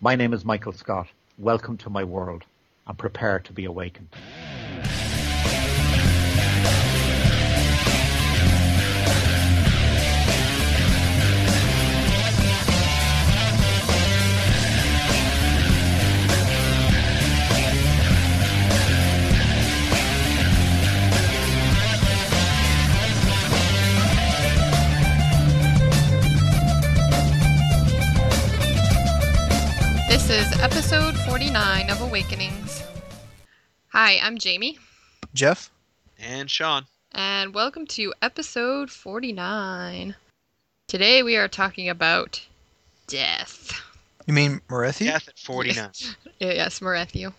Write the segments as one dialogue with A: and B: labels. A: My name is Michael Scott. Welcome to my world and prepare to be awakened.
B: This is episode 49 of Awakenings. Hi, I'm Jamie,
C: Jeff?
D: And Sean.
B: and welcome to episode 49. Today we are talking about death.
C: You mean Morethu?
D: Death at 49.
B: Y- Yes, Morethu.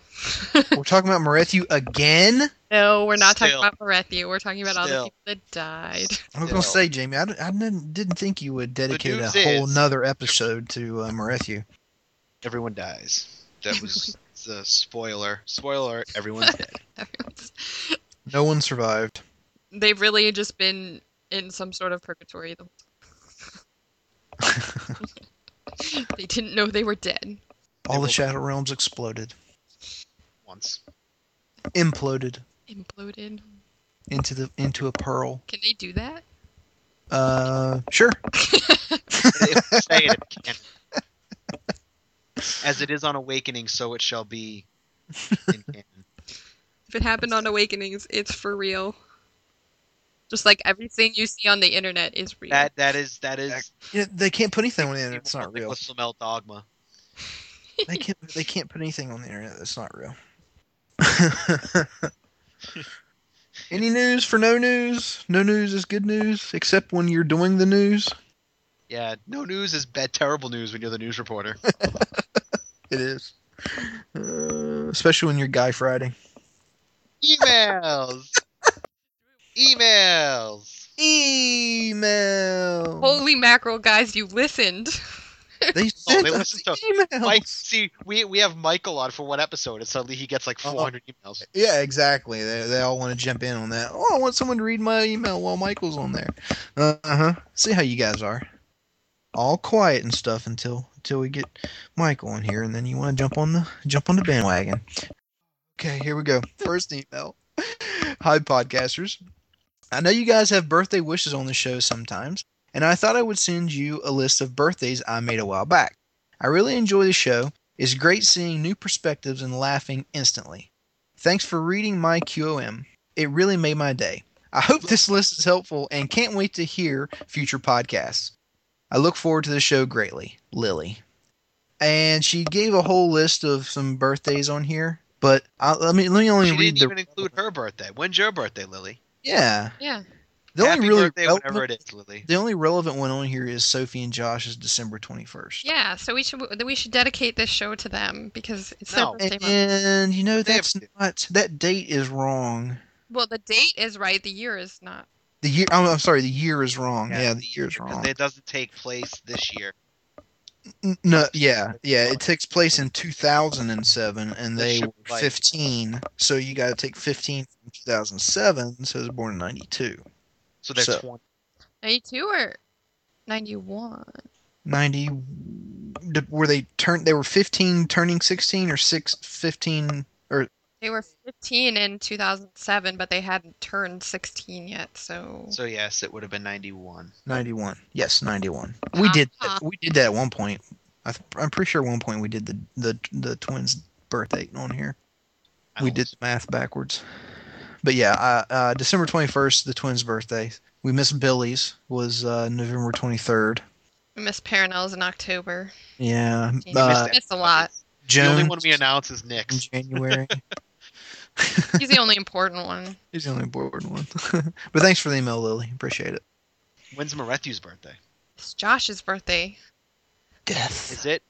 C: We're talking about Morethu again?
B: No, we're not
D: Still.
B: talking about Morethu. We're talking about all the
D: Still.
B: people that died.
C: I was going to
D: Still.
C: say, Jamie, I, d- I didn't, didn't think you would dedicate a
D: news
C: whole
D: is-
C: nother episode to uh, Morethu.
D: Everyone dies. That was the spoiler. Spoiler alert, everyone's dead.
B: Everyone's-
C: No one survived.
B: They've really just been in some sort of purgatory. the whole time. they didn't know they were dead.
C: All the
D: will-
C: Shadow Realms exploded,
D: Once.
C: imploded
B: Imploded.
C: into the into a pearl.
B: Can they do that?
C: Uh, sure.
D: If we say it, it can. As it is on Awakening, so it shall be. in canon.
B: If it happened on Awakenings, it's for real. Just like everything you see on the internet is real.
D: That that is that is
C: Yeah, they can't put anything on the internet that's not
D: people
C: real.
D: with Flamel dogma.
C: They can't they can't put anything on the internet that's not real. Any news for no news? No news is good news, except when you're doing the news.
D: Yeah, no news is bad terrible news when you're the news reporter.
C: It is. Uh, especially when you're Guy Friday.
D: Emails. Emails.
C: Email.
B: Holy mackerel, guys, you listened.
C: they sent
D: they
C: us
D: listen to
C: emails.
D: Mike, see, we we have Michael on for one episode, and suddenly he gets like
C: Oh.
D: 400 emails.
C: Yeah, exactly. They, they all want to jump in on that. Oh, I want someone to read my email while Michael's on there. Uh huh. See how you guys are. All quiet and stuff until until we get Michael on here, and then you want to jump on the jump on the bandwagon. Okay, here we go. First email. Hi, podcasters. I know you guys have birthday wishes on the show sometimes, and I thought I would send you a list of birthdays I made a while back. I really enjoy the show. It's great seeing new perspectives and laughing instantly. Thanks for reading my QOM. It really made my day. I hope this list is helpful and can't wait to hear future podcasts. I look forward to the show greatly. Lily. And she gave a whole list of some birthdays on here, but I, let me let me only
D: She
C: read
D: didn't
C: the
D: even include her birthday. When's your birthday, Lily?
C: yeah.
B: Yeah.
C: The
D: Happy
C: only really
D: birthday,
C: relevant-
D: whatever it is, Lily.
C: the only relevant one on here is Sophie and Josh's December twenty first.
B: Yeah, so we should we should dedicate this show to them because it's
D: No.
B: their birthday
C: And,
B: month.
C: and, you know
D: They have
C: that's
D: to.
C: not that date is wrong.
B: Well, the date is right, the year is not.
C: The year I'm, I'm sorry, the year is wrong. Yeah, the year is
D: Because
C: wrong.
D: It doesn't take place this year.
C: N- No, yeah, yeah. It takes place in 2007, and they
D: should
C: were
D: be like-
C: 15. So you got to take 15 from 2007. So it was born in 92,
D: So there's
C: So-
D: 20.
B: 92 or 91?
C: 90. d- Were they turned? They were 15, turning 16, or six, 15.
B: They were 15 in 2007, but they hadn't turned 16 yet, so.
D: So yes, it would have been 91.
C: 91. Yes, 91. We did. That. We did that at one point. I th- I'm pretty sure at one point we did the the the twins' birth date on here.
D: I
C: we
D: don't-
C: did the math backwards. But yeah, uh, uh, December 21st, the twins' birthday. We missed Billy's was uh, November 23rd.
B: We missed Paranels in October.
C: Yeah,
B: We
C: uh,
D: missed
B: missed a lot.
D: The only
C: Jones
D: one we announce is
C: in
D: Nick's.
C: January.
B: He's the only important one.
C: He's the only important one. but thanks for the email, Lily. Appreciate it.
D: When's Morethu's birthday?
B: It's Josh's birthday.
C: Death.
D: Is it?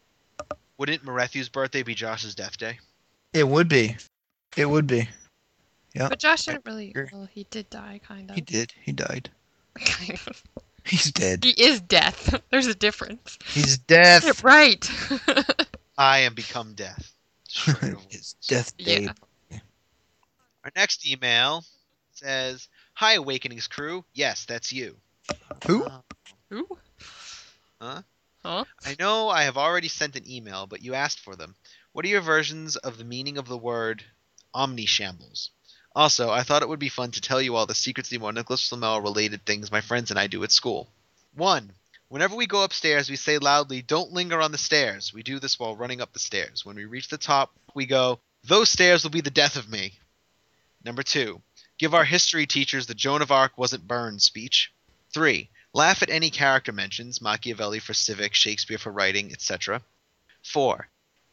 D: Wouldn't Morethu's birthday be Josh's death day?
C: It would be. It would be.
B: But Josh didn't really.
C: agree.
B: Well, he did die, kind of.
C: He did. He died.
B: Kind of.
C: He's dead.
B: He is death. There's a difference.
C: He's death.
B: Yeah, right.
D: I am become death. Straight away.
C: It's death day.
B: yeah.
D: Our next email says, "Hi,
B: Uh,
D: Awakenings crew. Yes, that's you.
C: Who?
D: Uh,
B: Ooh. Oh,
D: I know I have already sent an email, but you asked for them. What are your versions of the meaning of the word omnishambles? Also, I thought it would be fun to tell you all the secrecy more Nicholas Flamel related things my friends and I do at school. 1. Whenever we go upstairs, we say loudly, Don't linger on the stairs. We do this while running up the stairs. When we reach the top, we go, Those stairs will be the death of me. Number 2. Give our history teachers the Joan of Arc wasn't burned speech. 3. Laugh at any character mentions, Machiavelli for civic, Shakespeare for writing, etc. 4.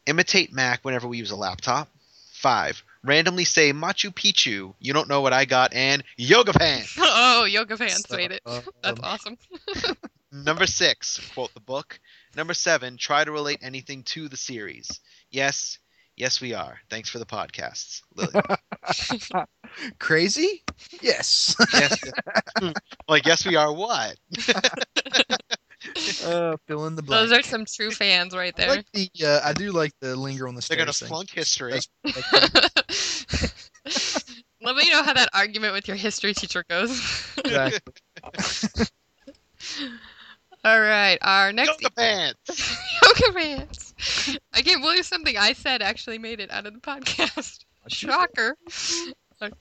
D: Imitate Mac whenever we use a laptop. 5. Randomly say Machu Picchu, you don't know what I got, and Yoga Pants.
B: oh, yoga pants made it.
C: Um,
B: That's awesome.
D: Number 6, quote the book. Number 7, try to relate anything to the series. Yes, yes, we are. Thanks for the podcasts, Lily.
C: Crazy? Yes.
D: yes. like, yes, we are what?
C: uh, fill in the blank.
B: Those are some true fans right
C: I
B: there.
C: like the. Uh, I do like the linger on the stairs.
D: They're going to
C: thing.
D: flunk history.
C: That's-
B: Let me know how that argument with your history teacher goes.
C: Exactly.
B: All right, our next
D: Yoga Pants!
B: yoga pants. I can't believe something I said actually made it out of the podcast. Shocker. Okay.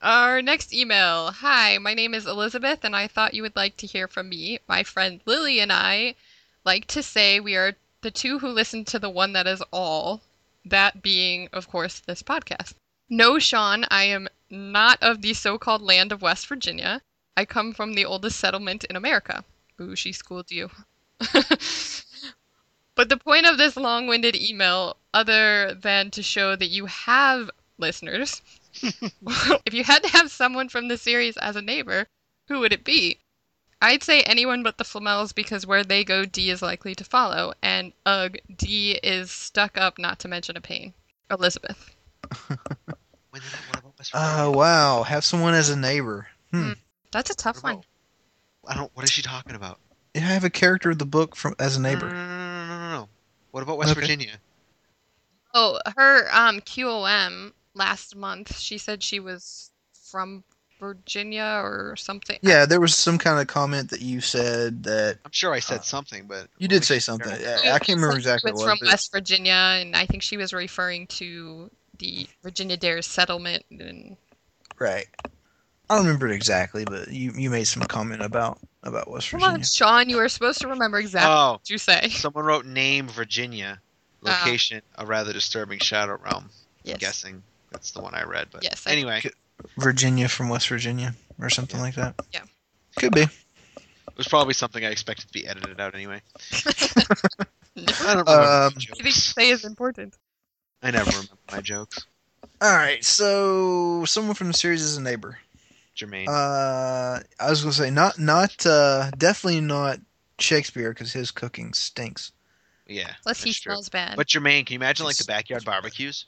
B: Our next email. Hi, my name is Elizabeth, and I thought you would like to hear from me. My friend Lily and I like to say we are the two who listen to the one that is all, that being, of course, this podcast. No, Sean, I am not of the so called land of West Virginia. I come from the oldest settlement in America. Ooh, she schooled you. But the point of this long winded email, other than to show that you have listeners, if you had to have someone from the series as a neighbor, who would it be? I'd say anyone but the Flamels because where they go, D is likely to follow, and ugh, D is stuck up, not to mention a pain. Elizabeth.
D: When did I- what about West
C: Oh
D: Virginia?
C: wow! Have someone as a neighbor. Hmm.
B: That's a tough
D: What
B: one.
D: about- I don't. What is she talking about?
C: You have a character of the book from as
B: Hmm.
C: a
D: No,
C: neighbor.
D: no, no, no, no, no. What about West
C: Okay.
D: Virginia?
B: Oh, her um, QOM last month, she said she was from Virginia or something.
C: Yeah, there was some kind of comment that you said that
D: I'm sure I said
C: Uh,
D: something, but
C: you did say something. I, I can't remember exactly
B: was
C: what.
B: from
C: but-
B: West Virginia, and I think she was referring to the Virginia Dare settlement. And
C: Right. I don't remember it exactly, but you, you made some comment about about West
B: come
C: Virginia. Uh,
B: on, Sean, you are supposed to remember exactly
D: Oh,
B: what you say.
D: someone wrote name Virginia,
B: Ah.
D: location a rather disturbing shadow realm.
B: Yes.
D: I'm guessing that's the one I read, but
B: Yes, I-
D: anyway,
C: Good. Virginia from West Virginia or something like that.
B: Yeah.
C: Could be.
D: it was probably something I expected to be edited out anyway.
B: No,
D: I don't remember
C: Um,
D: my
B: Everything you
D: jokes.
B: say is important.
D: I never remember my jokes.
C: All right. So someone from the series is a neighbor.
D: Jermaine.
C: Uh, I was gonna say not not uh, definitely not Shakespeare because his cooking stinks.
D: yeah.
B: Plus, he
D: that's true.
B: smells bad.
D: But Jermaine, can you imagine like the
C: He's-
D: backyard barbecues?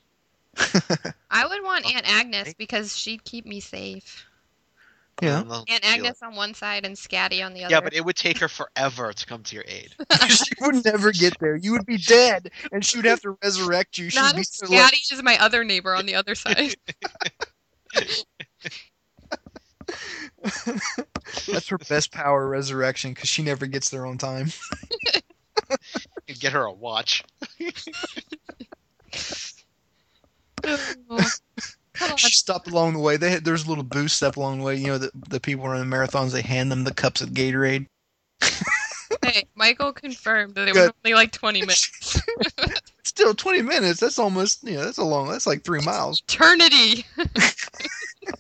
B: I would want
D: Oh,
B: Aunt Agnes
D: right.
B: because she'd keep me safe.
C: Yeah.
B: Aunt Agnes on one side and Scatty on the other.
D: Yeah, but it would take her forever to come to your aid.
C: she would never get there. You would be dead, and she would have to resurrect you. She'd
B: not
C: be
B: if
C: so lucky.
B: Scatty is my other neighbor on the other side.
C: That's her best power, resurrection, because she never gets there on time.
D: You'd get her a watch.
B: Oh. Come on.
C: She stopped along the way. They had, there's a little booth step along the way. You know, the, the people running the marathons, they hand them the cups of Gatorade.
B: Hey, Michael confirmed that it was
C: Good.
B: only like 20 minutes.
C: Still, 20 minutes. That's almost, you know, that's a long, that's like three miles.
B: Eternity!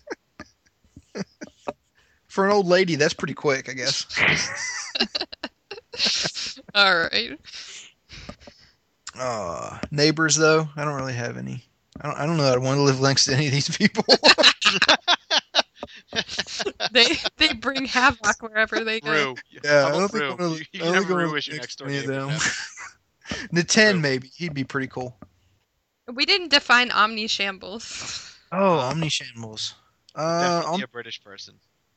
C: For an old lady, that's pretty quick, I guess.
B: All right.
C: Uh, neighbors, though, I don't really have any. I don't, I don't know. that I'd want to live next to any of these people.
B: They they bring havoc wherever they go.
D: Rue.
C: Yeah,
D: How
C: I
D: about
C: don't think
D: Rue?
C: one of the-
D: you,
C: I
D: you
C: don't
D: can have
C: think one of
D: Rue
C: the
D: as your
C: chicks
D: next door
C: need
D: neighbor.
C: them.
D: yeah.
C: Natan, maybe. He'd be pretty cool.
B: We didn't define omni shambles.
C: Oh, Omni Shambles. Uh,
D: Definitely
C: Om-
D: a British person.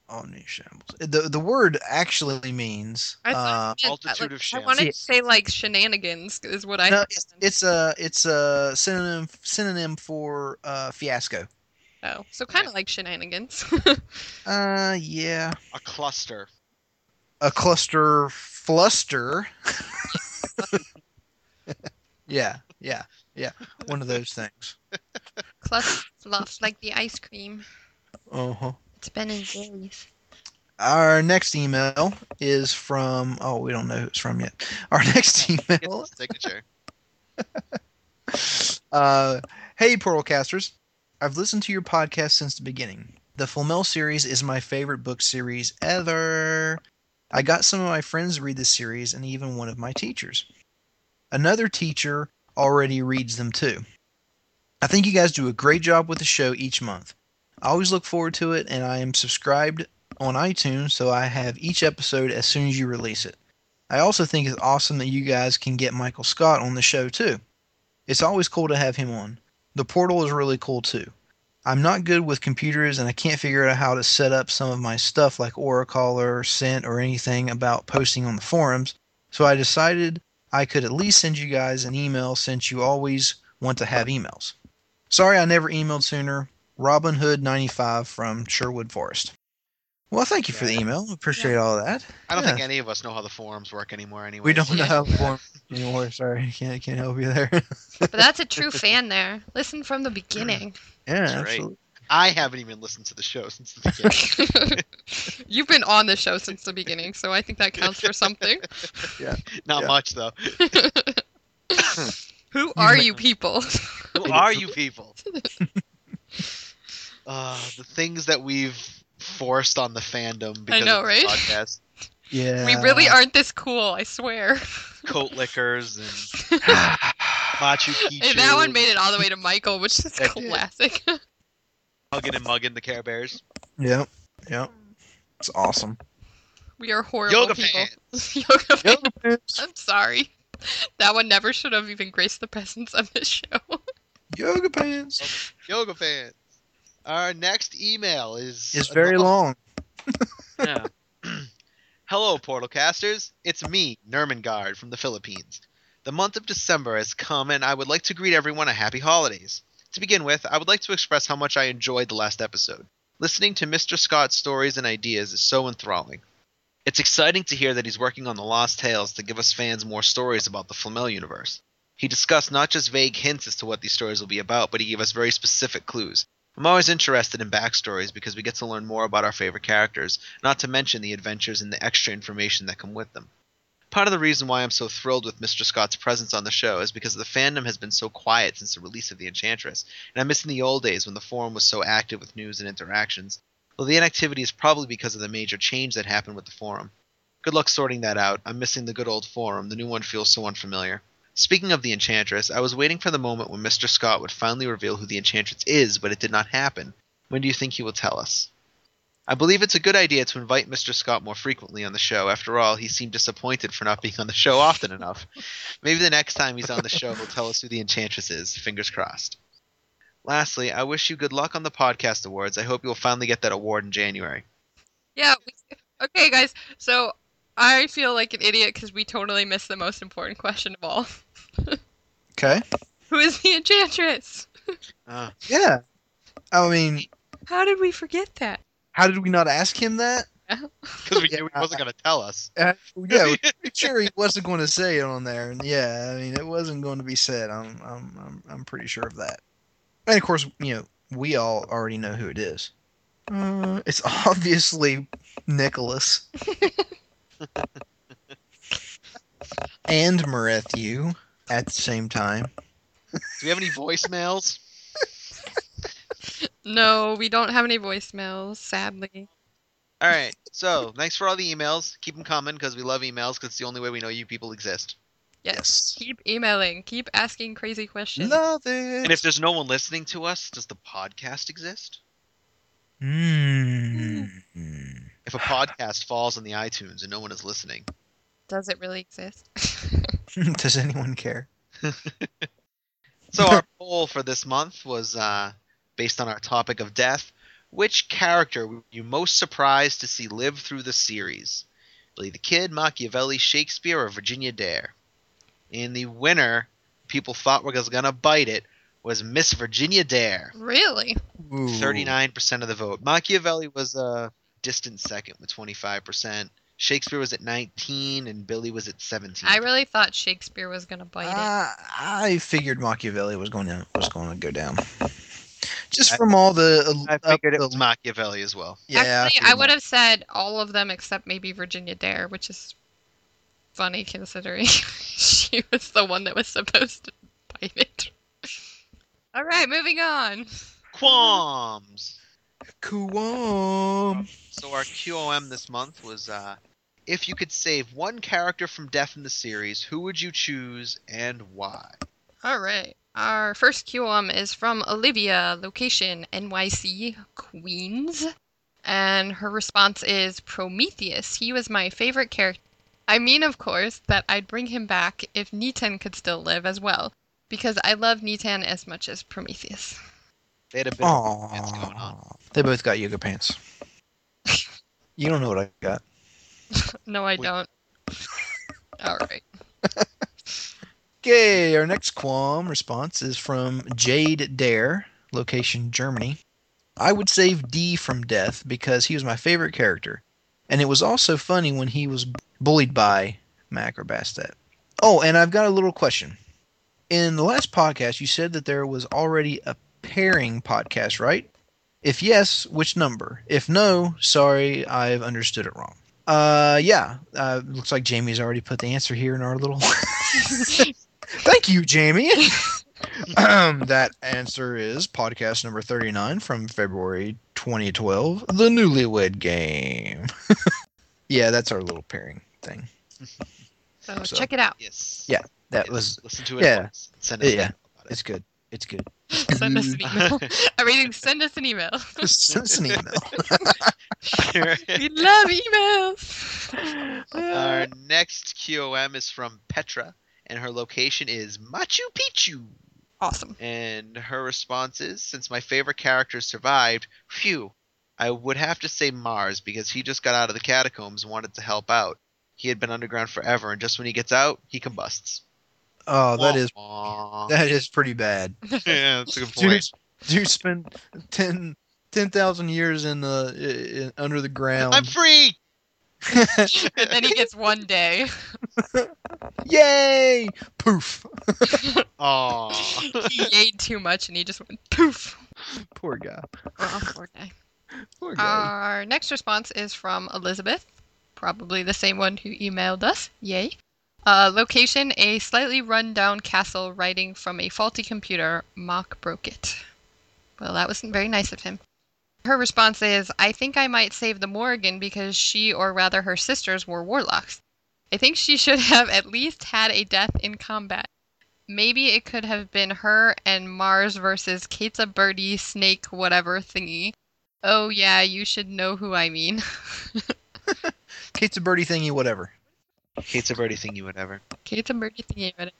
C: Omni Shambles. The, the word actually means.
B: I
C: uh,
B: thought you meant that,
D: Multitude
B: like-
D: of
B: I wanted to
C: shambles.
B: say like shenanigans is what I.
C: No,
B: thought.
C: it's, it's a it's a synonym synonym for uh, fiasco.
B: oh, so kind of like shenanigans.
C: Uh, yeah.
D: A cluster.
C: a cluster fluster. yeah, yeah, yeah. One of those things.
B: Clutch fluff like the ice cream.
C: Uh huh.
B: It's Ben and Jerry's.
C: Our next email is from. Oh, we don't know who it's from yet. Our next
D: Get
C: email
D: the signature.
C: Uh, hey, Portalcasters. I've listened to your podcast since the beginning. The Flamel series is my favorite book series ever. I got some of my friends to read the series and even one of my teachers. Another teacher already reads them too. I think you guys do a great job with the show each month. I always look forward to it and I am subscribed on iTunes so I have each episode as soon as you release it. I also think it's awesome that you guys can get Michael Scott on the show too. It's always cool to have him on. The portal is really cool too. I'm not good with computers and I can't figure out how to set up some of my stuff like Oracle or Sent or anything about posting on the forums, so I decided I could at least send you guys an email since you always want to have emails. Sorry I never emailed sooner. Robin Hood 95 from Sherwood Forest. Well, thank you for the email. Appreciate all that.
D: I don't
C: Yeah.
D: think any of us know how the forums work anymore. Anyway,
C: We don't know
B: Yeah.
C: how to form anymore. Sorry, can't can't help you there.
B: But that's a true fan there. Listen from the beginning.
C: yeah,
D: That's right.
C: absolutely.
D: I haven't even listened to the show since the beginning.
B: You've been on the show since the beginning, so I think that counts for something.
D: Not
C: Yeah.
D: much though.
B: Who are you people?
D: Who are you people? uh, the things that we've forced on the fandom because
B: know,
D: of
B: right?
D: the podcast,
C: Yeah.
B: We really aren't this cool, I swear.
D: coat lickers and Machu Picchu.
B: And that one made it all the way to Michael, which is
D: That did.
B: classic.
D: Hugging and mugging the Care Bears.
C: Yep. Yep. It's awesome.
B: We are horrible
D: Yoga
B: people.
D: fans.
B: Yoga fan. I'm sorry. That one never should have even graced the presence of this show.
C: Yoga pants.
D: Yoga fans. Our next email is
C: It's very long.
D: Yeah. Hello, Portalcasters. It's me, Nermengard, from the Philippines. The month of December has come, and I would like to greet everyone a happy holidays. To begin with, I would like to express how much I enjoyed the last episode. Listening to Mr. Scott's stories and ideas is so enthralling. It's exciting to hear that he's working on The Lost Tales to give us fans more stories about the Flamel universe. He discussed not just vague hints as to what these stories will be about, but he gave us very specific clues. I'm always interested in backstories because we get to learn more about our favorite characters, not to mention the adventures and the extra information that come with them. Part of the reason why I'm so thrilled with Mr. Scott's presence on the show is because the fandom has been so quiet since the release of The Enchantress, and I'm missing the old days when the forum was so active with news and interactions. Though the inactivity is probably because of the major change that happened with the forum. Good luck sorting that out. I'm missing the good old forum. The new one feels so unfamiliar. Speaking of the Enchantress, I was waiting for the moment when Mr. Scott would finally reveal who the Enchantress is, but it did not happen. When do you think he will tell us? I believe it's a good idea to invite Mr. Scott more frequently on the show. After all, he seemed disappointed for not being on the show often enough. Maybe the next time he's on the show, he'll tell us who the Enchantress is. Fingers crossed. Lastly, I wish you good luck on the podcast awards. I hope you'll finally get that award in January.
B: Yeah. We, okay, guys. So I feel like an idiot because we totally missed the most important question of all.
C: Okay.
B: Who is the enchantress?
D: Uh,
C: Yeah. I mean,
B: How did we forget that?
C: how did we not ask him that?
D: Because we knew he wasn't going to tell us.
C: Uh, yeah, we're pretty sure he wasn't going to say it on there. And yeah, I mean, it wasn't going to be said. I'm, I'm, I'm, I'm pretty sure of that. And of course, you know, we all already know who it is. Uh, it's obviously Nicholas and Marethew at the same time.
D: Do we have any voicemails?
B: No, we don't have any voicemails, sadly.
D: All right. So, thanks for all the emails. Keep them coming because we love emails because it's the only way we know you people exist.
C: Yes.
B: Keep emailing. Keep asking crazy questions.
C: Love it.
D: And if there's no one listening to us, does the podcast exist?
C: Mm.
D: If a podcast falls on the iTunes and no one is listening,
B: Does it really exist?
C: Hmm. Does anyone care?
D: So our poll for this month was uh, based on our topic of death. Which character were you most surprised to see live through the series? Billy the Kid, Machiavelli, Shakespeare, or Virginia Dare? And the winner, people thought was gonna bite it, was Miss Virginia Dare.
B: really?
C: Ooh.
D: Thirty-nine percent of the vote. Machiavelli was a distant second with twenty-five percent. Shakespeare was at 19 and Billy was at 17.
B: I really thought Shakespeare was gonna bite it.
C: Uh, I figured Machiavelli was going to was going to go down, just from all the.
D: I figured it
C: uh,
D: was Machiavelli as well.
C: yeah,
B: Actually,
C: figured
B: I would have said all of them except maybe Virginia Dare, which is funny considering she was the one that was supposed to bite it. All right, moving on.
D: Qualms.
C: Kuwam.
D: So our QOM this month was uh, if you could save one character from death in the series, who would you choose and why?
B: All right. Our first QM is from Olivia, location NYC, Queens. And her response is Prometheus. He was my favorite character. I mean, of course, that I'd bring him back if Netan could still live as well, because I love Netan as much as Prometheus.
D: They had a bit of romance going on.
C: Aw. They both got yoga pants. you don't know what I got.
B: No, I
D: We-
B: don't. All right.
C: Okay, our next qualm response is from Jade Dare, location Germany. I would save D from death because he was my favorite character, and it was also funny when he was bullied by Mac or Bastet. Oh, and I've got a little question. In the last podcast, you said that there was already a pairing podcast, right? If yes, which number? If no, sorry, I've understood it wrong. Uh, yeah. Uh, looks like Jamie's already put the answer here in our little. Thank you, Jamie. um, that answer is podcast number 39 from February 2012, The Newlywed Game. yeah, that's our little pairing thing.
B: So,
C: So-
B: check it out.
D: Yes.
C: Yeah, that
D: Yes.
C: was
D: Listen to it.
C: yeah.
D: once and Send us
C: Yeah.
D: feedback about it.
C: it's good. It's good.
B: Send us an email. Everything, send us an email.
C: Send us an email.
B: We love emails.
D: Our next QOM is from Petra, and her location is Machu Picchu.
B: Awesome.
D: And her response is Since my favorite character survived, phew, I would have to say Mars because he just got out of the catacombs and wanted to help out. He had been underground forever, and just when he gets out, he combusts.
C: Oh, that is
D: Wah, wah.
C: that is pretty bad.
D: yeah, that's a good point.
C: Dude, dude spent 10 10,000 years in the i i under the ground.
D: I'm free!
B: and then he gets one day.
C: Yay! Poof.
D: Aww.
B: he ate too much and he just went poof.
C: Poor guy.
B: Oh, poor guy.
C: Poor guy.
B: Our next response is from Elizabeth, probably the same one who emailed us. Yay. Uh, location a slightly run down castle writing from a faulty computer. Mock broke it. Well, that wasn't very nice of him. Her response is I think I might save the Morrigan because she, or rather her sisters, were warlocks. I think she should have at least had a death in combat. Maybe it could have been her and Mars versus Kate's birdie, snake, whatever thingy. Oh yeah, you should know who I mean.
C: Kate's a birdie thingy, whatever.
D: Kate's a birdie thingy, whatever.
B: Kate's a murky thingy, but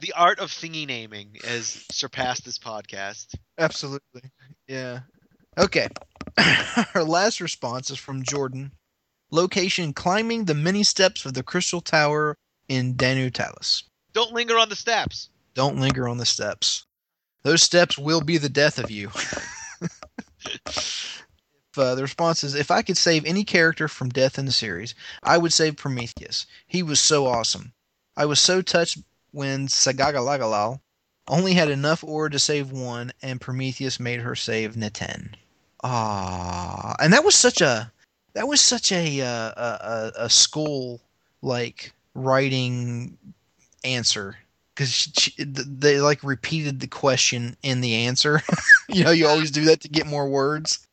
D: The art of thingy naming has surpassed this podcast.
C: Absolutely. Yeah. Okay. Our last response is from Jordan. Location climbing the many steps of the Crystal Tower in Danutalis.
D: Don't linger on the steps.
C: Don't linger on the steps. Those steps will be the death of you. If, uh, the response is If I could save any character from death in the series, I would save Prometheus. He was so awesome. I was so touched when Sagagalagalal only had enough ore to save one, and Prometheus made her save Neten. Ah, and that was such a that was such a uh, a, a, a school like writing answer because they like repeated the question in the answer. you know, you always do that to get more words.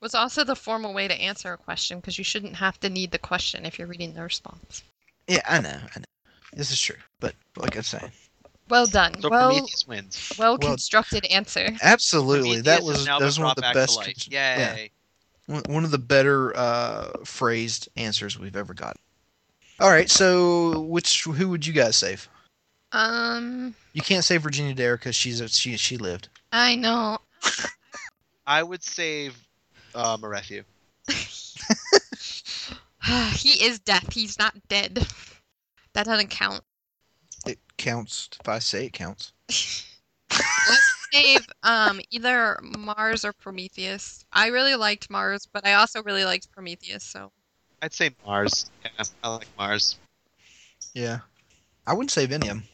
B: was also the formal way to answer a question because you shouldn't have to need the question if you're reading the response.
C: Yeah, I know, I know. This is true, but like I was saying,
B: Well done.
D: So
B: well,
D: Prometheus wins.
B: well constructed answer.
C: absolutely, that
D: Prometheus
C: was
D: has now
C: that was
D: been
C: one of
D: brought
C: the
D: back
C: best,
D: To life.
C: cons-
D: Yay!
C: yeah, one one of the better uh, phrased answers we've ever gotten. All right, so which who would you guys save?
B: Um,
C: You can't save Virginia Dare because she's a, she she lived.
B: I know.
D: I would save uh, Marefew.
B: he is death. He's not dead. That doesn't count.
C: It counts if I say it counts.
B: Save um either Mars or Prometheus. I really liked Mars, but I also really liked Prometheus. So
D: I'd say Mars. Yeah, I like Mars.
C: Yeah. I wouldn't save any of them.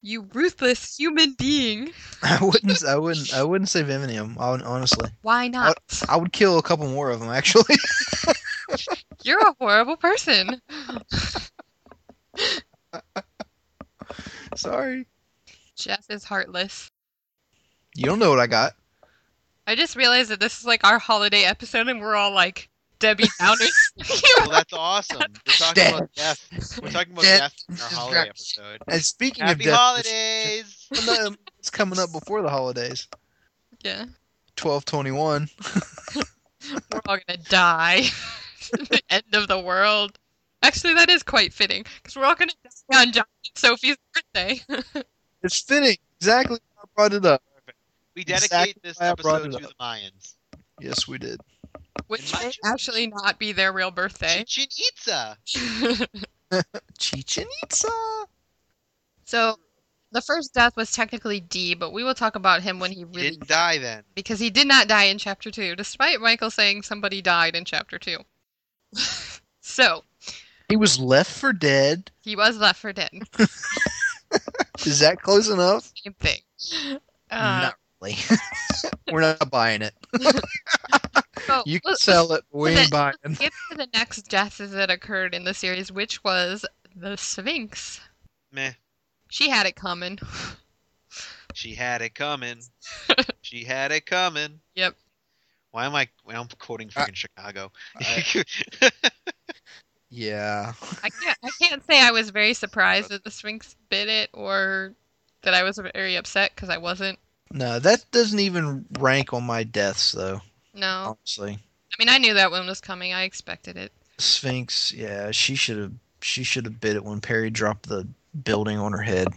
B: You ruthless human being.
C: I wouldn't. I wouldn't. I wouldn't save any of them. Honestly,
B: Why not?
C: I would kill a couple more of them. Actually,
B: You're a horrible person.
C: sorry.
B: Jeff is heartless.
C: You don't know what I got.
B: I just realized that this is like our holiday episode and we're all like Debbie Downers.
D: Well, that's awesome. We're talking
C: Death.
D: about death. We're talking about
C: Death
D: death, in our
C: is
D: holiday
C: right.
D: episode.
C: And speaking of
D: Happy
C: death,
D: holidays.
C: It's, coming up- it's coming up before the holidays.
B: yeah.
C: Twelve twenty one.
B: We're all gonna die. the end of the world. Actually, that is quite fitting because we're all gonna die on John and Sophie's birthday.
C: It's fitting. Exactly. how I brought it up.
D: We dedicate
C: Exactly
D: this
C: why I brought
D: episode
C: it
D: to the Mayans.
C: Yes, we did.
B: Which
D: Imagine-
B: may actually not be their real
C: Eh?
B: birthday.
D: Chichen Itza.
C: Chichen Itza.
B: so the first death was technically D, but we will talk about him when he
D: He
B: really
D: didn't die then.
B: because he did not die in chapter two, despite Michael saying somebody died in chapter two. so
C: He was left for dead.
B: he was left for dead.
C: Is that close enough?
B: Same thing. Uh,
C: Not really. We're not buying it.
D: Oh,
B: so
C: You can
B: let's-
C: sell it. but We
B: let's
C: ain't buying. it.
B: Get to the next death that occurred in the series, which was the Sphinx.
D: Meh.
B: She had it coming.
D: She had it coming. she had it coming.
B: Yep.
D: Why am I? Well, I'm quoting
C: Uh,
D: freaking Chicago.
C: Yeah.
B: I can't. I can't say I was very surprised that the Sphinx bit it, or that I was very upset because I wasn't.
C: No, that doesn't even rank on my deaths, though.
D: Oh.
B: No,
C: Honestly,
B: I mean I knew that one was coming. I expected it.
C: Sphinx. Yeah, she should have. She should have bit it when Perry dropped the building on her head.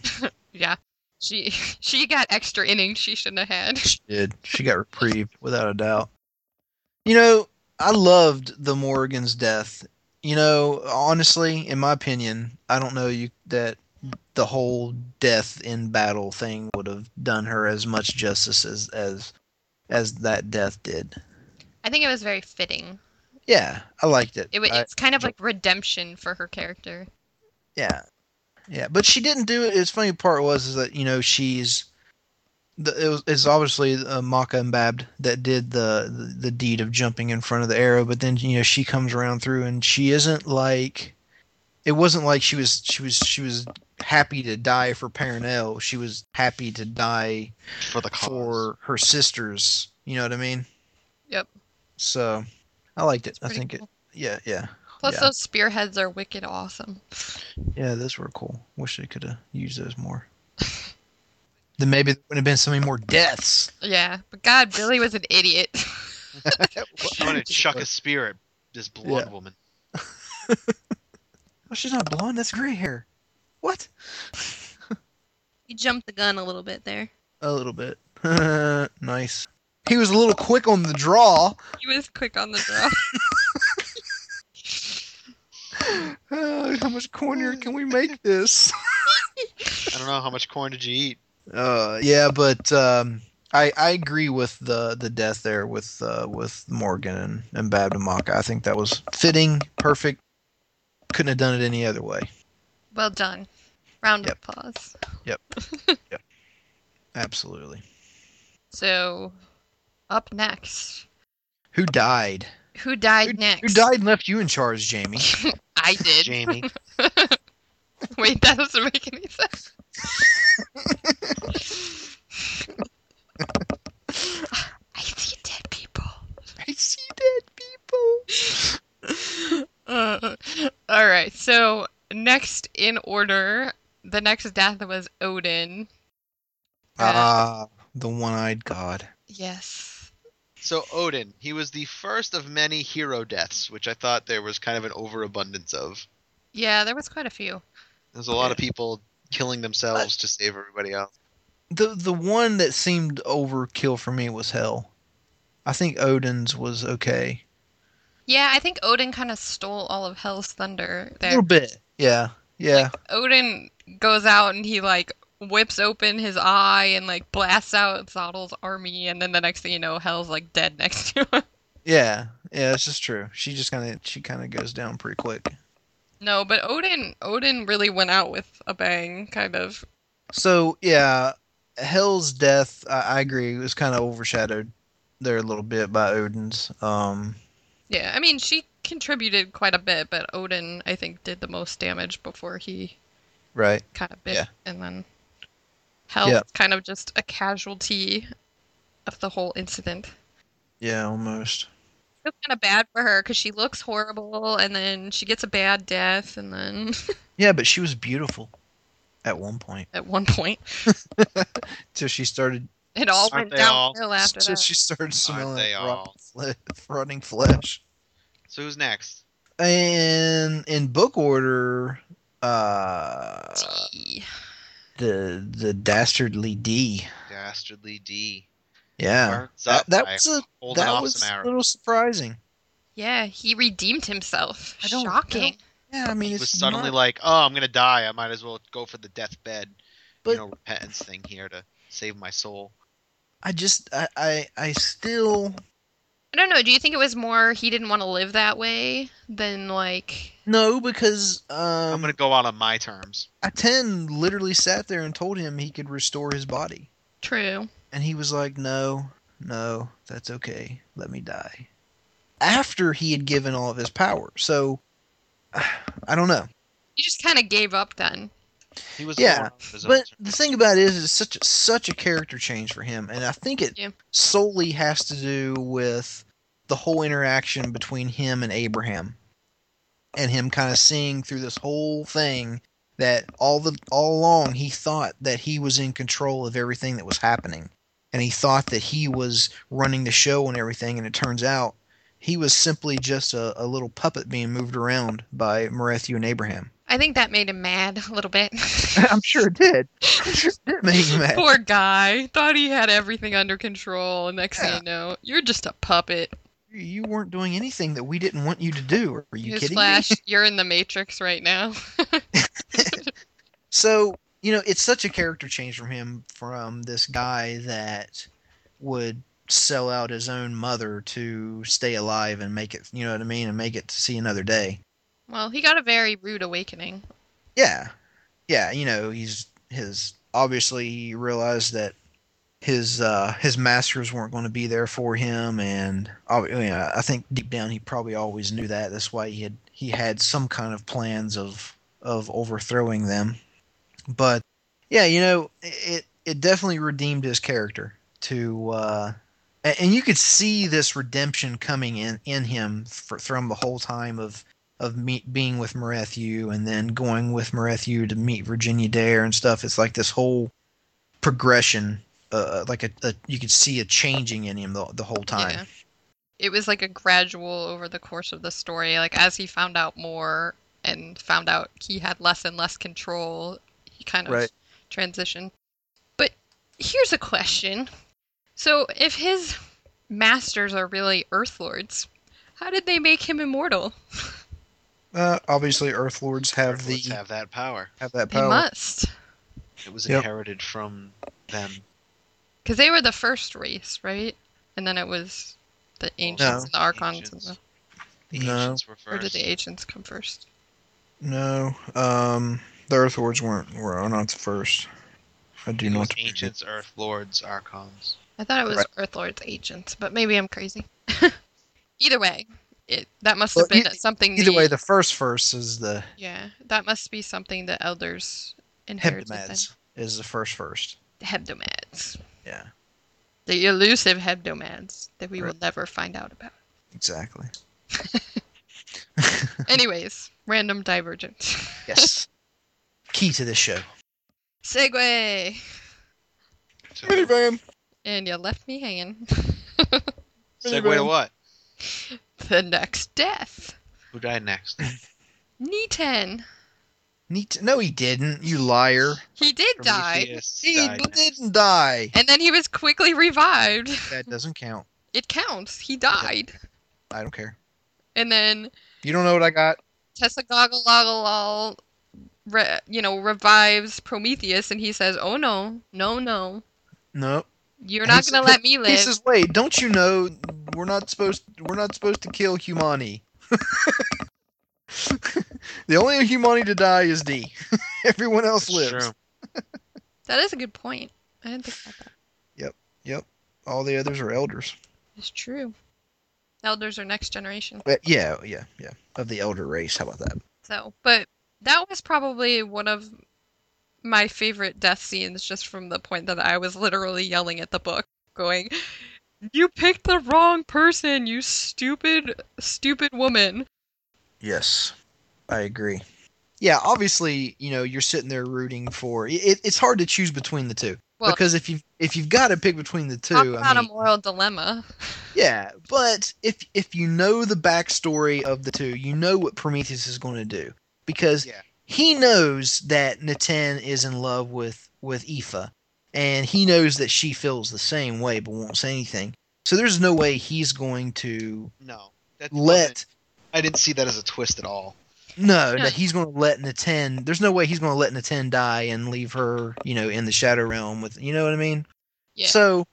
B: Yeah, she she got extra innings she shouldn't have had.
C: She did. She got reprieved without a doubt. You know, I loved the Morgan's death. You know, honestly, in my opinion, I don't know you that the whole death in battle thing would have done her as much justice as as as that death did.
B: I think it was very fitting.
C: Yeah, I liked it.
B: It was.
C: I-
B: It's kind of like redemption for her character.
C: Yeah, yeah, but she didn't do it. Its funny part was is that you know she's the it was, it's obviously uh, Maka and Babd that did the, the the deed of jumping in front of the arrow, but then you know she comes around through and she isn't like it wasn't like she was she was she was happy to die for Parnell. She was happy to die
D: For the cause.
C: for her sisters. You know what I mean?
B: Yep.
C: So I liked it. I
B: pretty
C: think it. Yeah, yeah.
B: Plus,
C: Yeah.
B: those spearheads are wicked awesome.
C: Yeah, those were cool. Wish they could have used those more. then maybe there wouldn't have been so many more deaths.
B: Yeah, but God, Billy was an idiot.
D: I want to chuck a spear at this blonde woman.
C: Oh, she's not blonde. That's gray hair. What?
B: he jumped the gun a little bit there.
C: A little bit. nice. He was a little quick on the draw.
B: He was quick on the draw.
C: Uh, how much cornier can we make this?
D: I don't know how much corn did you eat.
C: Uh, yeah, but um, I I agree with the the death there with uh, with Morgan and, and Babdamaka. I think that was fitting, perfect. Couldn't have done it any other way.
B: well done. Round of
C: Yep.
B: applause.
C: Absolutely.
B: So, up next,
C: Who died?
B: who died
C: Who-
B: next?
C: Who died and left you in charge, Jamie?
B: I did.
D: Jamie.
B: Wait, that doesn't make any sense. I see dead people.
C: I see dead people.
B: Uh, all right. So next in order, the next death was Odin. Uh,
C: Ah, the one-eyed god.
B: yes.
D: So Odin, he was the first of many hero deaths, which I thought there was kind of an overabundance of.
B: Yeah, there was quite a few.
D: There's a lot of people killing themselves to save everybody else.
C: The the one that seemed overkill for me was Hell. I think Odin's was okay.
B: Yeah, I think Odin kind of stole all of Hell's thunder
C: A
B: there.
C: little bit. Yeah. Yeah.
B: Odin goes out and he like whips open his eye and like blasts out Zodel's army, and then the next thing you know, Hell's like dead next to him.
C: Yeah. Yeah, this is true. She just kind of she kind of goes down pretty quick.
B: No, but Odin Odin really went out with a bang, kind of.
C: So yeah, Hell's death. I, I agree. It was kind of overshadowed there a little bit by Odin's. Um,
B: Yeah, I mean she contributed quite a bit, but Odin I think did the most damage before he
C: right.
B: kind of bit,
C: Yeah.
B: and then Hell
C: Yeah.
B: kind of just a casualty of the whole incident.
C: Yeah, almost.
B: It's kind of bad for her because she looks horrible, and then she gets a bad death, and then
C: Yeah, but she was beautiful at one point
B: at one point
C: till she started.
B: it all
D: Aren't
B: went
D: they all?
B: downhill after
C: till
B: that.
C: she started smelling
D: they
C: like
D: all?
C: rotten, fle- rotting flesh.
D: So who's next?
C: And in book order, uh,
B: Gee.
C: the the dastardly D.
D: Dastardly D.
C: Yeah,
D: Burns
C: that,
D: up
C: that
D: by
C: was a
D: holding
C: that
D: off
C: was
D: some
C: a
D: arrows.
C: little surprising.
B: Yeah, he redeemed himself.
C: I don't- I
B: Shocking.
C: Yeah, I mean,
D: He
C: it's
D: was suddenly
C: not-
D: like, "Oh, I'm gonna die. I might as well go for the deathbed,
C: But-
D: you know, repentance thing here to save my soul."
C: I just I I, I still
B: I don't know. Do you think it was more he didn't want to live that way than like
C: no because
D: I'm
C: um
D: gonna go out on my terms.
C: I ten literally sat there and told him he could restore his body,
B: true?
C: and he was like, no, no, that's okay, let me die. After he had given all of his power, so I don't know.
B: He just kind of gave up then.
D: He was
C: Yeah,
D: going out on his own
C: But
D: terms.
C: the thing about it is, it's such a, such a character change for him, and I think it
B: Yeah.
C: solely has to do with the whole interaction between him and Abraham, and him kind of seeing through this whole thing that all the all along he thought that he was in control of everything that was happening, and he thought that he was running the show and everything, and it turns out he was simply just a, a little puppet being moved around by Morethu and Abraham.
B: I think that made him mad a little bit.
C: I'm sure it did. I'm sure it did make him mad.
B: Poor guy. Thought he had everything under control. And next thing
C: Yeah.
B: you know, you're just a puppet.
C: You weren't doing anything that we didn't want you to do. Are you kidding me?
B: Newsflash, you're in the Matrix right now.
C: So, you know, it's such a character change from him from this guy that would sell out his own mother to stay alive and make it, you know what I mean, and make it to see another day.
B: Well, he got a very rude awakening.
C: Yeah. Yeah, you know, he's his obviously he realized that his uh his masters weren't going to be there for him and ob- you know, I think deep down he probably always knew that. That's why he had he had some kind of plans of of overthrowing them. But yeah, you know, it it definitely redeemed his character to uh a- and you could see this redemption coming in in him for, from the whole time of of me being with Morethu and then going with Morethu to meet Virginia Dare and stuff. It's like this whole progression, uh, like a, a you could see a changing in him the, the whole time.
B: Yeah. It was like a gradual over the course of the story. Like as he found out more and found out he had less and less control, he kind of
C: Right.
B: transitioned. But here's a question. So if his masters are really Earthlords, how did they make him immortal?
C: Uh, obviously, Earthlords have the
D: Earthlings have that power.
C: have that
B: They
C: power.
B: must.
D: It was
C: Yep.
D: inherited from them.
B: Because they were the first race, right? And then it was the ancients and the archons.
D: Ancients.
B: And
D: The
C: No.
D: ancients were
B: the, or did
D: first.
B: the ancients come first?
C: No, um, the Earthlords weren't were not the first. I do
D: It was
C: not.
D: ancients, earth lords, archons.
B: I thought it was
C: Right.
B: Earthlord's agent, but maybe I'm crazy. either way, it that must
C: Well,
B: have been
C: either-
B: something.
C: Either
B: the-
C: way, the first first is the
B: yeah, that must be something the elders inherited. then.
C: Hebdomads is the first first.
B: The Hebdomads,
C: Yeah,
B: the elusive Hebdomads that we will
C: Right.
B: never find out about.
C: exactly.
B: Anyways, random divergent
C: Yes. Key to this show.
B: segue,
D: So,
C: Minivan.
B: and you left me hanging.
D: segue to what?
B: the next death,
D: Who died next?
B: Neten.
C: Neat. No, he didn't. You liar.
B: He did die,
D: Prometheus
C: He
D: died next.
C: didn't die.
B: and then he was quickly revived.
C: That doesn't count.
B: It counts. He died,
C: I don't care.
B: and then.
C: You don't know what I got.
B: Tessa Goggle re, you know, revives Prometheus, and he says, "Oh no, no, no,
C: No,
B: You're not
C: He's-
B: gonna let me live.
C: He says, "Wait, don't you know we're not supposed we're not supposed to kill Humani? the only Humani to die is D. Everyone else
D: It's
C: lives.
D: true.
B: That is a good point. I didn't think about that.
C: All the others are elders.
B: It's true. Elders are next generation.
C: But yeah, yeah, yeah. Of the elder race. How about that?
B: So, but that was probably one of my favorite death scenes, just from the point that I was literally yelling at the book, going, "You picked the wrong person, you stupid, stupid woman."
C: Yes, I agree. Yeah, obviously, you know, you're sitting there rooting for. It, it's hard to choose between the two
B: Well-
C: because if you if you've got to pick between the two,
B: Talk about
C: I
B: a
C: mean,
B: moral dilemma.
C: yeah. But if if you know the backstory of the two, you know what Prometheus is going to do because
D: Yeah.
C: he knows that Natan is in love with with Aoife, and he knows that she feels the same way but won't say anything. So there's no way he's going to
D: No, that
C: let
D: wasn't- I didn't see that as a twist at all.
C: No,
B: No.
C: that he's going to let Natan. There's no way he's going to let Natan die and leave her, you know, in the Shadow Realm with. You know what I mean?
B: Yeah.
C: So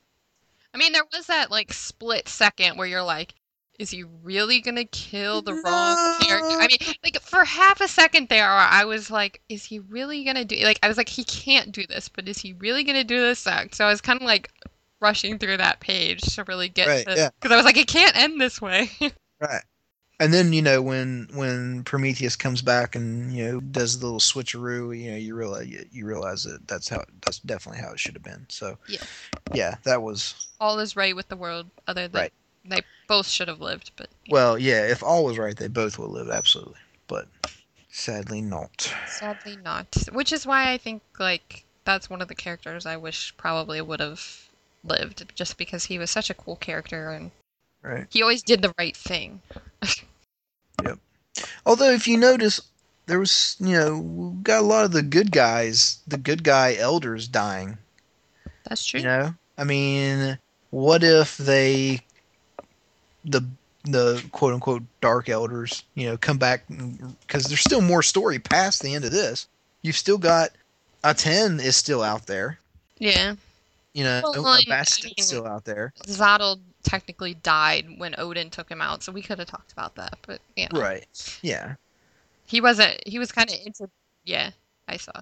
B: I mean, there was that like split second where you're like, is he really gonna kill the wrong character? I mean, like for half a second there, I was like, is he really gonna do? Like, I was like, he can't do this, but is he really gonna do this? act? So I was kind of like rushing through that page to really get
C: Right,
B: to
C: yeah.
B: because I was like, it can't end this way.
C: right. And then you know when when Prometheus comes back and you know does the little switcheroo, you know you realize you, you realize that that's how that's definitely how it should have been. So
B: Yeah.
C: yeah, that was
B: All is right with the world, other than
C: Right.
B: they both should have lived, but
C: well, yeah. If all was right, they both would live absolutely, but sadly not.
B: Sadly not. Which is why I think like that's one of the characters I wish probably would have lived just because he was such a cool character and
C: Right.
B: he always did the right thing.
C: Although, if you notice, there was, you know, we got a lot of the good guys, the good guy elders dying.
B: That's true.
C: You know, I mean, what if they, the the quote unquote dark elders, you know, come back because there's still more story past the end of this. You've still got a ten is still out there.
B: Yeah.
C: You know,
B: Well,
C: a
B: I- I
C: Bastid's
B: mean-
C: still out there.
B: Zadel technically died when Odin took him out, so we could have talked about that, but yeah.
C: Right. Yeah.
B: He wasn't he was kinda into yeah, I saw.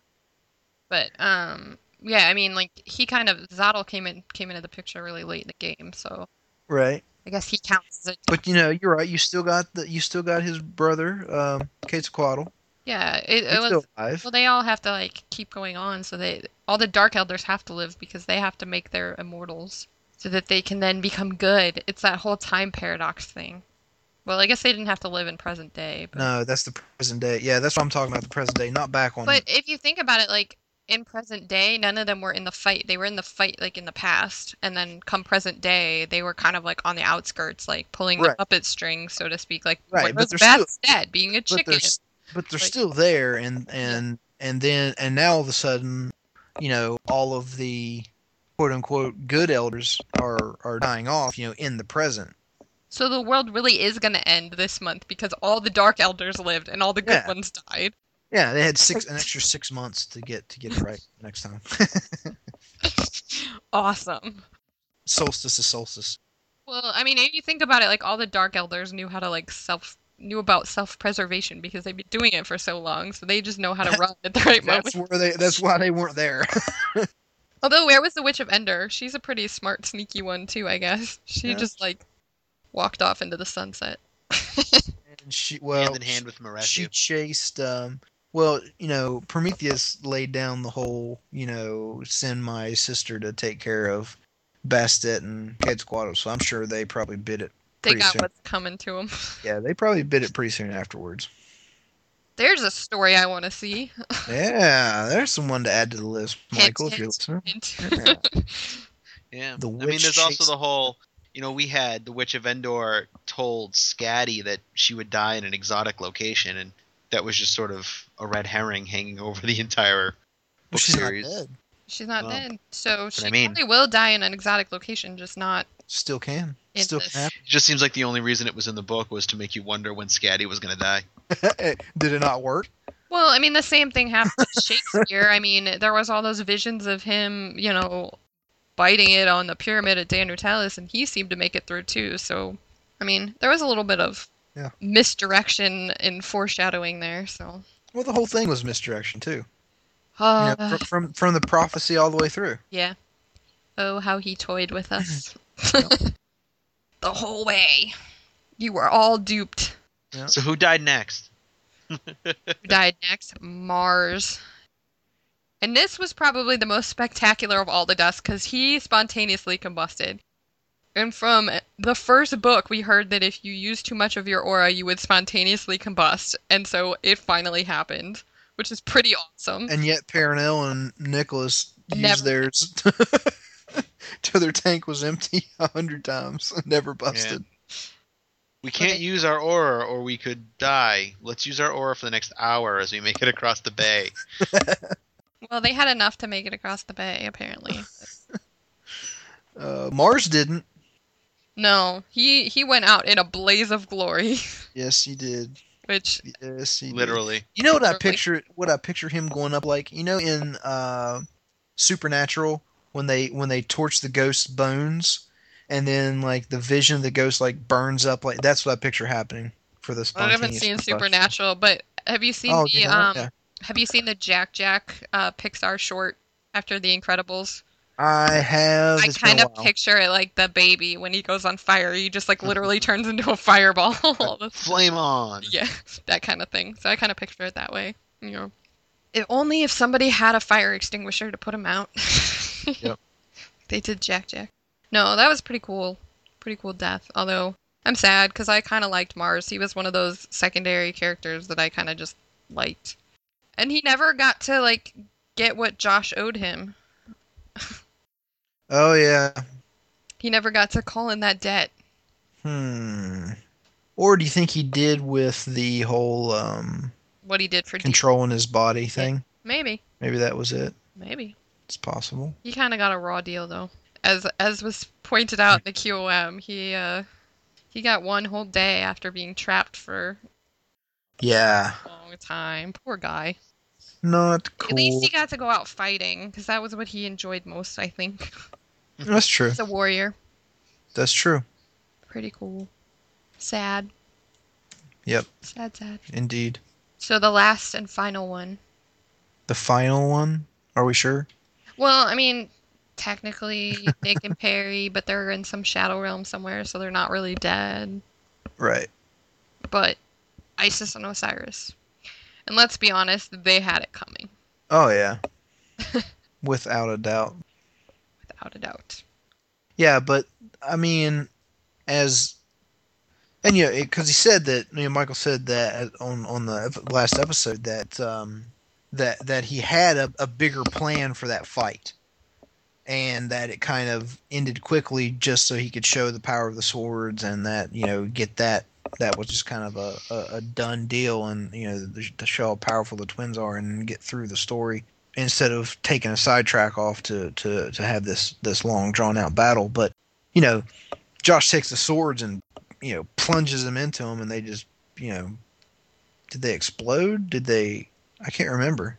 B: But um yeah, I mean like he kind of Zadel came in came into the picture really late in the game, so
C: Right.
B: I guess he counts as a
C: But you know, you're right. You still got the you still got his brother, um, Quetzalcoatl.
B: yeah, it,
C: He's
B: it was
C: still
B: Oh,
C: alive.
B: Well, they all have to like keep going on, so they all the Dark Elders have to live because they have to make their immortals so that they can then become good. It's that whole time paradox thing. Well, I guess they didn't have to live in present day, but
C: No, that's the present day. Yeah, that's what I'm talking about. The present day, not back on.
B: but if you think about it, like in present day, none of them were in the fight. They were in the fight like in the past, and then come present day, they were kind of like on the outskirts, like pulling the
C: Right.
B: puppet strings, so to speak. Like
C: Right,
B: one
C: but
B: was
C: they're
B: bad instead, being a
C: but
B: chicken.
C: they're s- but they're
B: Like-
C: still there, and and and then and now all of a sudden, you know, all of the quote unquote good elders are are dying off. You know, in the present.
B: So the world really is going to end this month because all the Dark Elders lived and all the good
C: Yeah.
B: ones died.
C: Yeah, they had six an extra six months to get to get it right next time.
B: awesome.
C: solstice is solstice.
B: Well, I mean, if you think about it, like all the Dark Elders knew how to like self knew about self preservation because they've been doing it for so long, so they just know how to run at the right moment.
C: That's where they. That's why they weren't there.
B: Although, where was the Witch of Ender? She's a pretty smart, sneaky one too, I guess. She
C: Yeah.
B: just like walked off into the sunset.
C: And she well
D: hand in hand with
C: she
D: Marescu.
C: chased um well you know prometheus laid down the whole you know send my sister to take care of bastet and quetzalcoatl so i'm sure they probably bid it
B: They
C: pretty
B: got
C: soon
B: what's coming to them.
C: yeah they probably bid it pretty soon afterwards
B: There's a story I want to see.
C: yeah there's someone to add to the list
B: Hint,
C: michael if you're
B: hint.
C: listening
B: Hint.
C: yeah.
D: Yeah.
C: The
D: I mean,
C: witch
D: there's also
C: chased-
D: the whole. You know, we had the Witch of Endor told Scatty that she would die in an exotic location, and that was just sort of a red herring hanging over the entire
C: Well,
D: book
C: she's not
D: series.
C: dead
B: She's not
D: Well,
B: dead, so she
D: I mean.
B: probably will die in an exotic location, just not
C: still can
B: in
C: still
B: this.
C: can happen.
D: It just seems like the only reason it was in the book was to make you wonder when Scatty was going to die.
C: did it not work
B: Well, I mean, the same thing happened with Shakespeare. I mean, there was all those visions of him, you know, biting it on the pyramid at Danutelis, and he seemed to make it through too. So, I mean, there was a little bit of
C: Yeah.
B: misdirection and foreshadowing there. So,
C: Well, the whole thing was misdirection too.
B: uh,
C: You know, fr- from from the prophecy all the way through.
B: yeah. Oh, how he toyed with us the whole way. You were all duped.
D: So who died next?
B: who died next? Mars. And this was probably the most spectacular of all the deaths because he spontaneously combusted. And from the first book, we heard that if you used too much of your aura, you would spontaneously combust. And so it finally happened, which is pretty awesome.
C: And yet, Paranel and Nicholas used
B: Never-
C: theirs till their tank was empty a hundred times and never busted.
D: We can't
B: Okay.
D: use our aura or we could die. Let's use our aura for the next hour as we make it across the bay.
B: Well, they had enough to make it across the bay, apparently.
C: Uh, Mars didn't.
B: no, he, he went out in a blaze of glory,
C: Yes, he did.
B: which,
C: Yes, he did.
D: Literally.
C: You know what I
B: Literally.
C: picture? What I picture him going up like? You know, in uh, Supernatural, when they when they torch the ghost's bones, and then like the vision of the ghost like burns up. Like that's what I picture happening for this.
B: I haven't seen Supernatural, but have you seen
C: Oh,
B: the.
C: you know what?
B: um,
C: Yeah.
B: Have you seen the Jack Jack uh, Pixar short after The Incredibles?
C: I have.
B: I
C: it's been a
B: kind of
C: while.
B: picture it like the baby when he goes on fire. He just like literally turns into a fireball.
D: Flame on.
B: yeah, that kind of thing. So I kind of picture it that way. You know, if only if somebody had a fire extinguisher to put him out.
D: Yep.
B: They did Jack Jack. No, that was pretty cool. Pretty cool death. Although I'm sad because I kind of liked Mars. He was one of those secondary characters that I kind of just liked, and he never got to like get what Josh owed him.
C: Oh yeah.
B: He never got to call in that debt.
C: Hmm. Or do you think he did with the whole um,
B: What he did for D-
C: controlling his body thing?
B: maybe,
C: Maybe that was it.
B: maybe.
C: It's possible.
B: He kind of got a raw deal though, as as was pointed out in the QOM. He uh, he got one whole day after being trapped for
C: Yeah.
B: a long time. Poor guy.
C: Not cool.
B: At least he got to go out fighting because that was what he enjoyed most. I think
C: That's true.
B: he's a warrior.
C: That's true.
B: Pretty cool. Sad.
C: Yep.
B: Sad. Sad.
C: Indeed.
B: So the last and final one.
C: The final one. Are we sure?
B: Well, I mean, technically Nick and Perry, but they're in some shadow realm somewhere, so they're not really dead.
C: Right.
B: but Isis and Osiris. And let's be honest, they had it coming,
C: Oh yeah. Without a doubt.
B: without a doubt.
C: Yeah, but I mean, as and yeah, because he said that you know Michael said that on on the ep- last episode that um that that he had a, a bigger plan for that fight, and that it kind of ended quickly just so he could show the power of the swords and that you know get that that was just kind of a, a, a done deal and you know the, to show how powerful the twins are and get through the story instead of taking a sidetrack off to, to, to have this, this long drawn out battle. But you know, Josh takes the swords and you know plunges them into him, and they just you know, did they explode? Did they? I can't remember.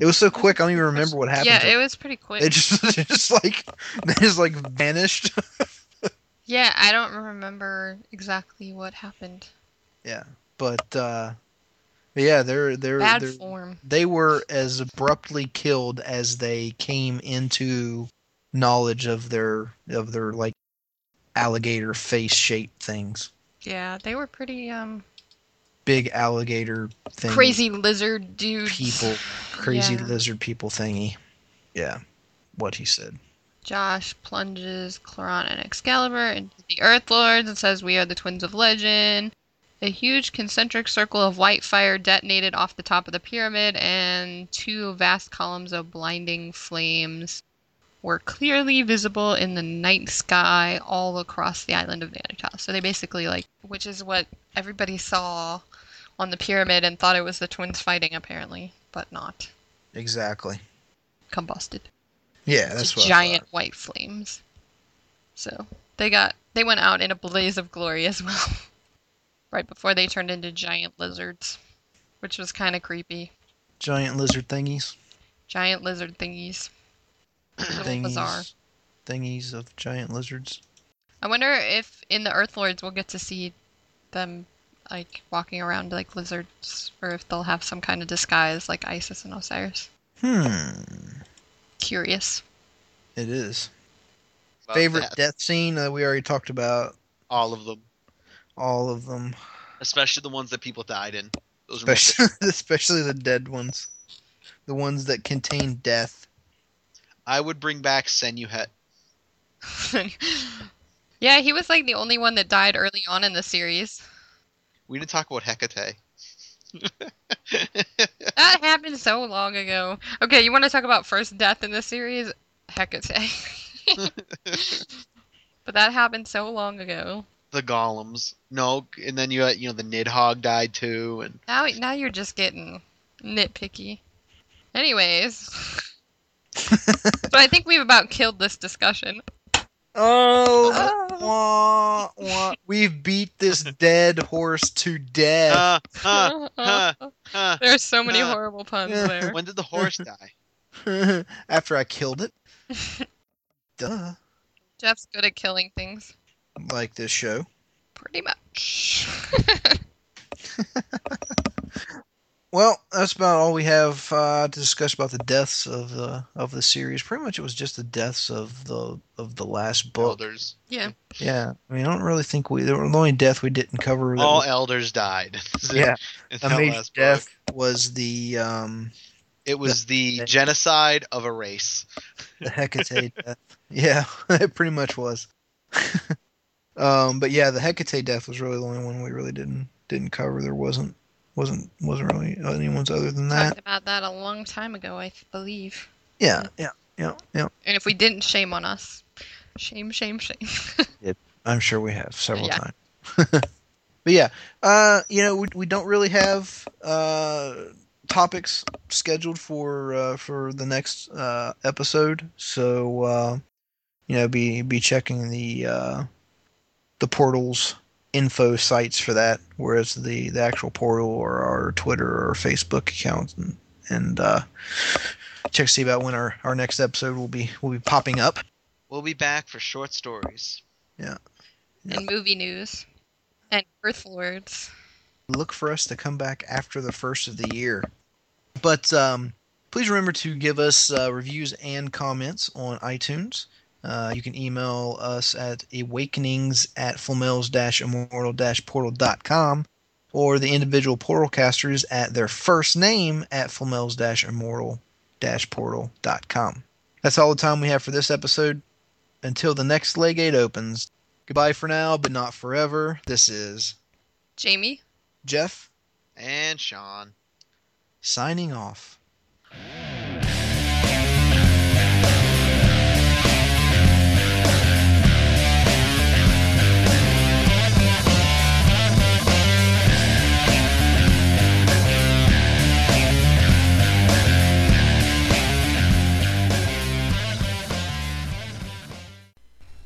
C: It was so quick. I don't even remember what happened.
B: yeah,
C: to
B: it was pretty quick.
C: They just they just like they just like vanished.
B: yeah, I don't remember exactly what happened.
C: But uh, yeah, they're they're,
B: Bad
C: they're
B: form.
C: they were as abruptly killed as they came into knowledge of their of their like alligator face shaped things
B: Yeah, they were pretty um
C: big alligator thing
B: crazy lizard dudes.
C: people crazy
B: Yeah.
C: lizard people thingy yeah what he said
B: Josh plunges Claron and Excalibur into the Earth Lords and says, "We are the twins of legend." A huge concentric circle of white fire detonated off the top of the pyramid, and two vast columns of blinding flames were clearly visible in the night sky all across the island of Vanitas. So they basically like, which is what everybody saw on the pyramid and thought it was the twins fighting, apparently, but not
C: exactly
B: combusted
C: yeah that's
B: to
C: what I
B: giant
C: thought.
B: white flames. So they got they went out in a blaze of glory as well. right before they turned into giant lizards, which was kind of creepy.
C: giant lizard thingies
B: Giant lizard thingies. Little
C: thingies
B: bizarre.
C: thingies of giant lizards.
B: I wonder if in the Earth Lords we'll get to see them like walking around like lizards, or if they'll have some kind of disguise like Isis and Osiris.
C: Hmm.
B: Curious.
C: It is.
D: Love
C: Favorite
D: that.
C: death scene that we already talked about.
D: All of them,
C: All of them.
D: especially the ones that people died in. Those are my
C: Especially, especially the dead ones. The ones that contain death.
D: I would bring back Senuhet.
B: yeah, he was like the only one that died early on in the series.
D: We didn't talk about Hecate.
B: That happened so long ago. Okay, you want to talk about first death in the series? Hecate. but that happened so long ago.
D: the golems. No, and then you had, you know the Nidhogg died too, and
B: Now, now you're just getting nitpicky. Anyways, so I think we've about killed this discussion.
C: Oh, wah, wah. we've beat this dead horse to death.
D: uh, uh, huh, huh.
B: There's so many
D: huh.
B: horrible puns
C: Yeah.
B: there.
D: when did the horse die?
C: Uh. After I killed it. Duh.
B: Jeff's good at killing things,
C: Like this show.
B: pretty much.
C: Well, that's about all we have uh, to discuss about the deaths of the of the series. Pretty much, it was just the deaths of the of the last book.
D: Elders.
B: yeah.
C: Yeah, I mean, I don't really think we the only death we didn't cover. that
D: All
C: was-
D: elders died. That's it.
C: yeah,
D: In
C: a
D: that
C: major
D: last book.
C: death was the um
D: It was the genocide of a race.
C: the Hecate death. Yeah, it pretty much was. um, but yeah, the Hecate death was really the only one we really didn't didn't cover. There wasn't wasn't wasn't really anyone's other than that.
B: Talked about that a long time ago, I th- believe.
C: Yeah, yeah, yeah, yeah.
B: And if we didn't, shame on us. Shame, shame, shame.
C: I'm sure we have several
B: Yeah.
C: times. but yeah, uh, you know, we, we don't really have uh, topics scheduled for uh, for the next uh, episode, so uh, you know, be be checking the uh, the portals info sites for that, whereas the the actual portal or our Twitter or Facebook accounts and and uh, check to see about when our, our next episode will be will be popping up.
D: We'll be back for short stories.
B: and movie news. And Earth Lords.
C: look for us to come back after the first of the year. But um, please remember to give us uh, reviews and comments on iTunes. Uh, you can email us at awakenings at flamels immortal portal.com or the individual portal casters at their first name at flamels immortal portal.com. That's all the time we have for this episode. Until the next legate opens, goodbye for now, but not forever. This is
B: Jamie?
C: Jeff
D: And Sean.
C: signing off.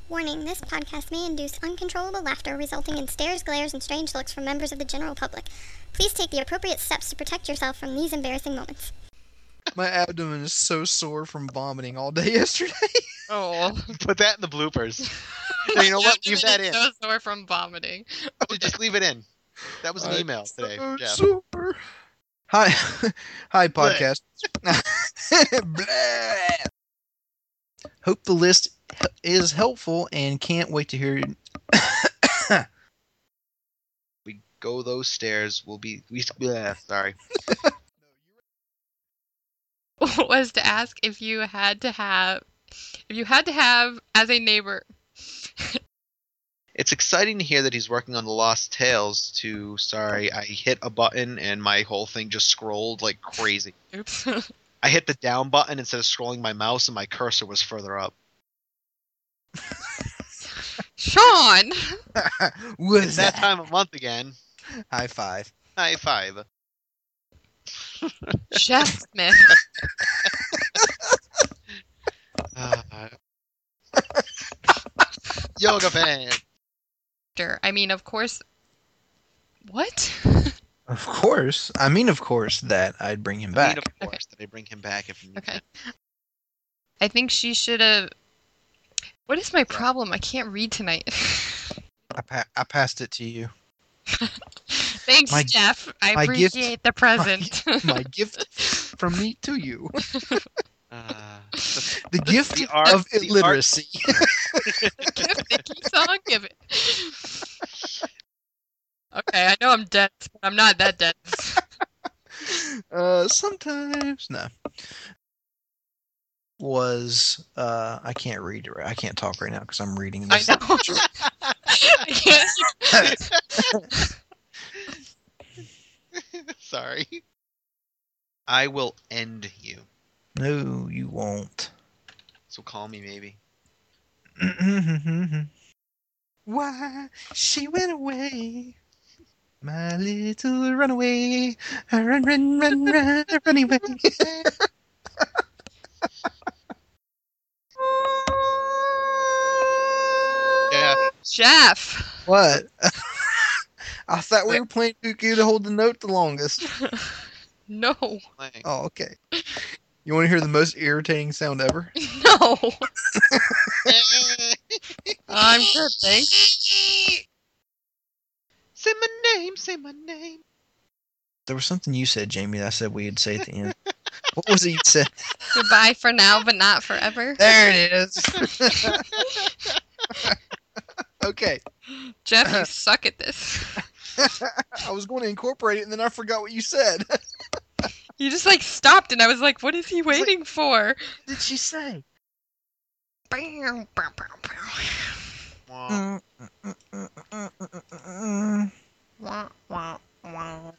E: Warning this podcast may induce uncontrollable laughter resulting in stares, glares, and strange looks from members of the general public. Please take the appropriate steps to protect yourself from these embarrassing moments.
C: My abdomen is so sore from vomiting all day yesterday.
B: Oh.
D: Put that in the bloopers. you know what? Leave that in.
B: So sore from vomiting.
D: Just leave it in. That was an
C: I'm
D: email today,
C: Uh, so
D: from Jeff.
C: sore. Hi, hi, podcast. Bleh. Hope the list is helpful and can't wait to hear.
D: We go those stairs. We'll be. We. Yeah, sorry.
B: was to ask if you had to have if you had to have as a neighbor
D: It's exciting to hear that he's working on the Lost Tales. To sorry, I hit a button and my whole thing just scrolled like crazy.
B: oops
D: I hit the down button instead of scrolling my mouse, and my cursor was further up.
B: Sean
C: what
D: It's
C: is
D: that
C: that?
D: time of month again.
C: High five.
D: High five.
B: Jeff Smith
D: Ah. Yoga pants.
B: I mean of course what
C: Of course. I mean, of course that I'd bring him
D: I
C: back.
D: mean, of course, that I bring him back if.
B: okay I think she should have What is my problem? I can't read tonight.
C: I, pa- I passed it to you.
B: Thanks,
C: My-
B: Jeff. I
C: my gift-
B: appreciate the present.
C: My gift from me to you.
D: Uh, the,
C: The gift
D: the art-
C: of
D: the art-
C: illiteracy.
B: gift that keeps on giving. okay, I know I'm dense, but I'm not that dense.
C: uh, sometimes no. Was uh, I can't read. right- I can't talk right now because I'm reading
B: I
C: this.
B: know. I can't-
D: sorry. I will end you.
C: No, you won't.
D: So call me maybe.
C: Why she went away? My little runaway, I run, run, run, run, run away.
D: Yeah.
B: Jeff.
C: What? I thought we were playing Dooku to hold the note the longest.
B: No.
D: Playing.
C: Oh, okay. You want to hear the most irritating sound ever?
B: No. I'm good, thanks.
D: Say my name, say my name.
C: There was something you said, Jamie, that I said we'd say at the end. what was it you said?
B: Goodbye for now, but not forever.
C: There it is. okay.
B: Jeff, you suck at this.
C: I was going to incorporate it and then I forgot what you said. what
B: You just like stopped, and I was like, "What is he waiting for?"
C: did she say?
B: Bam, bam, bam, bam.
D: Wah.
C: Mm, mm, mm, mm, mm, mm, mm.
B: Wah, wah, wah.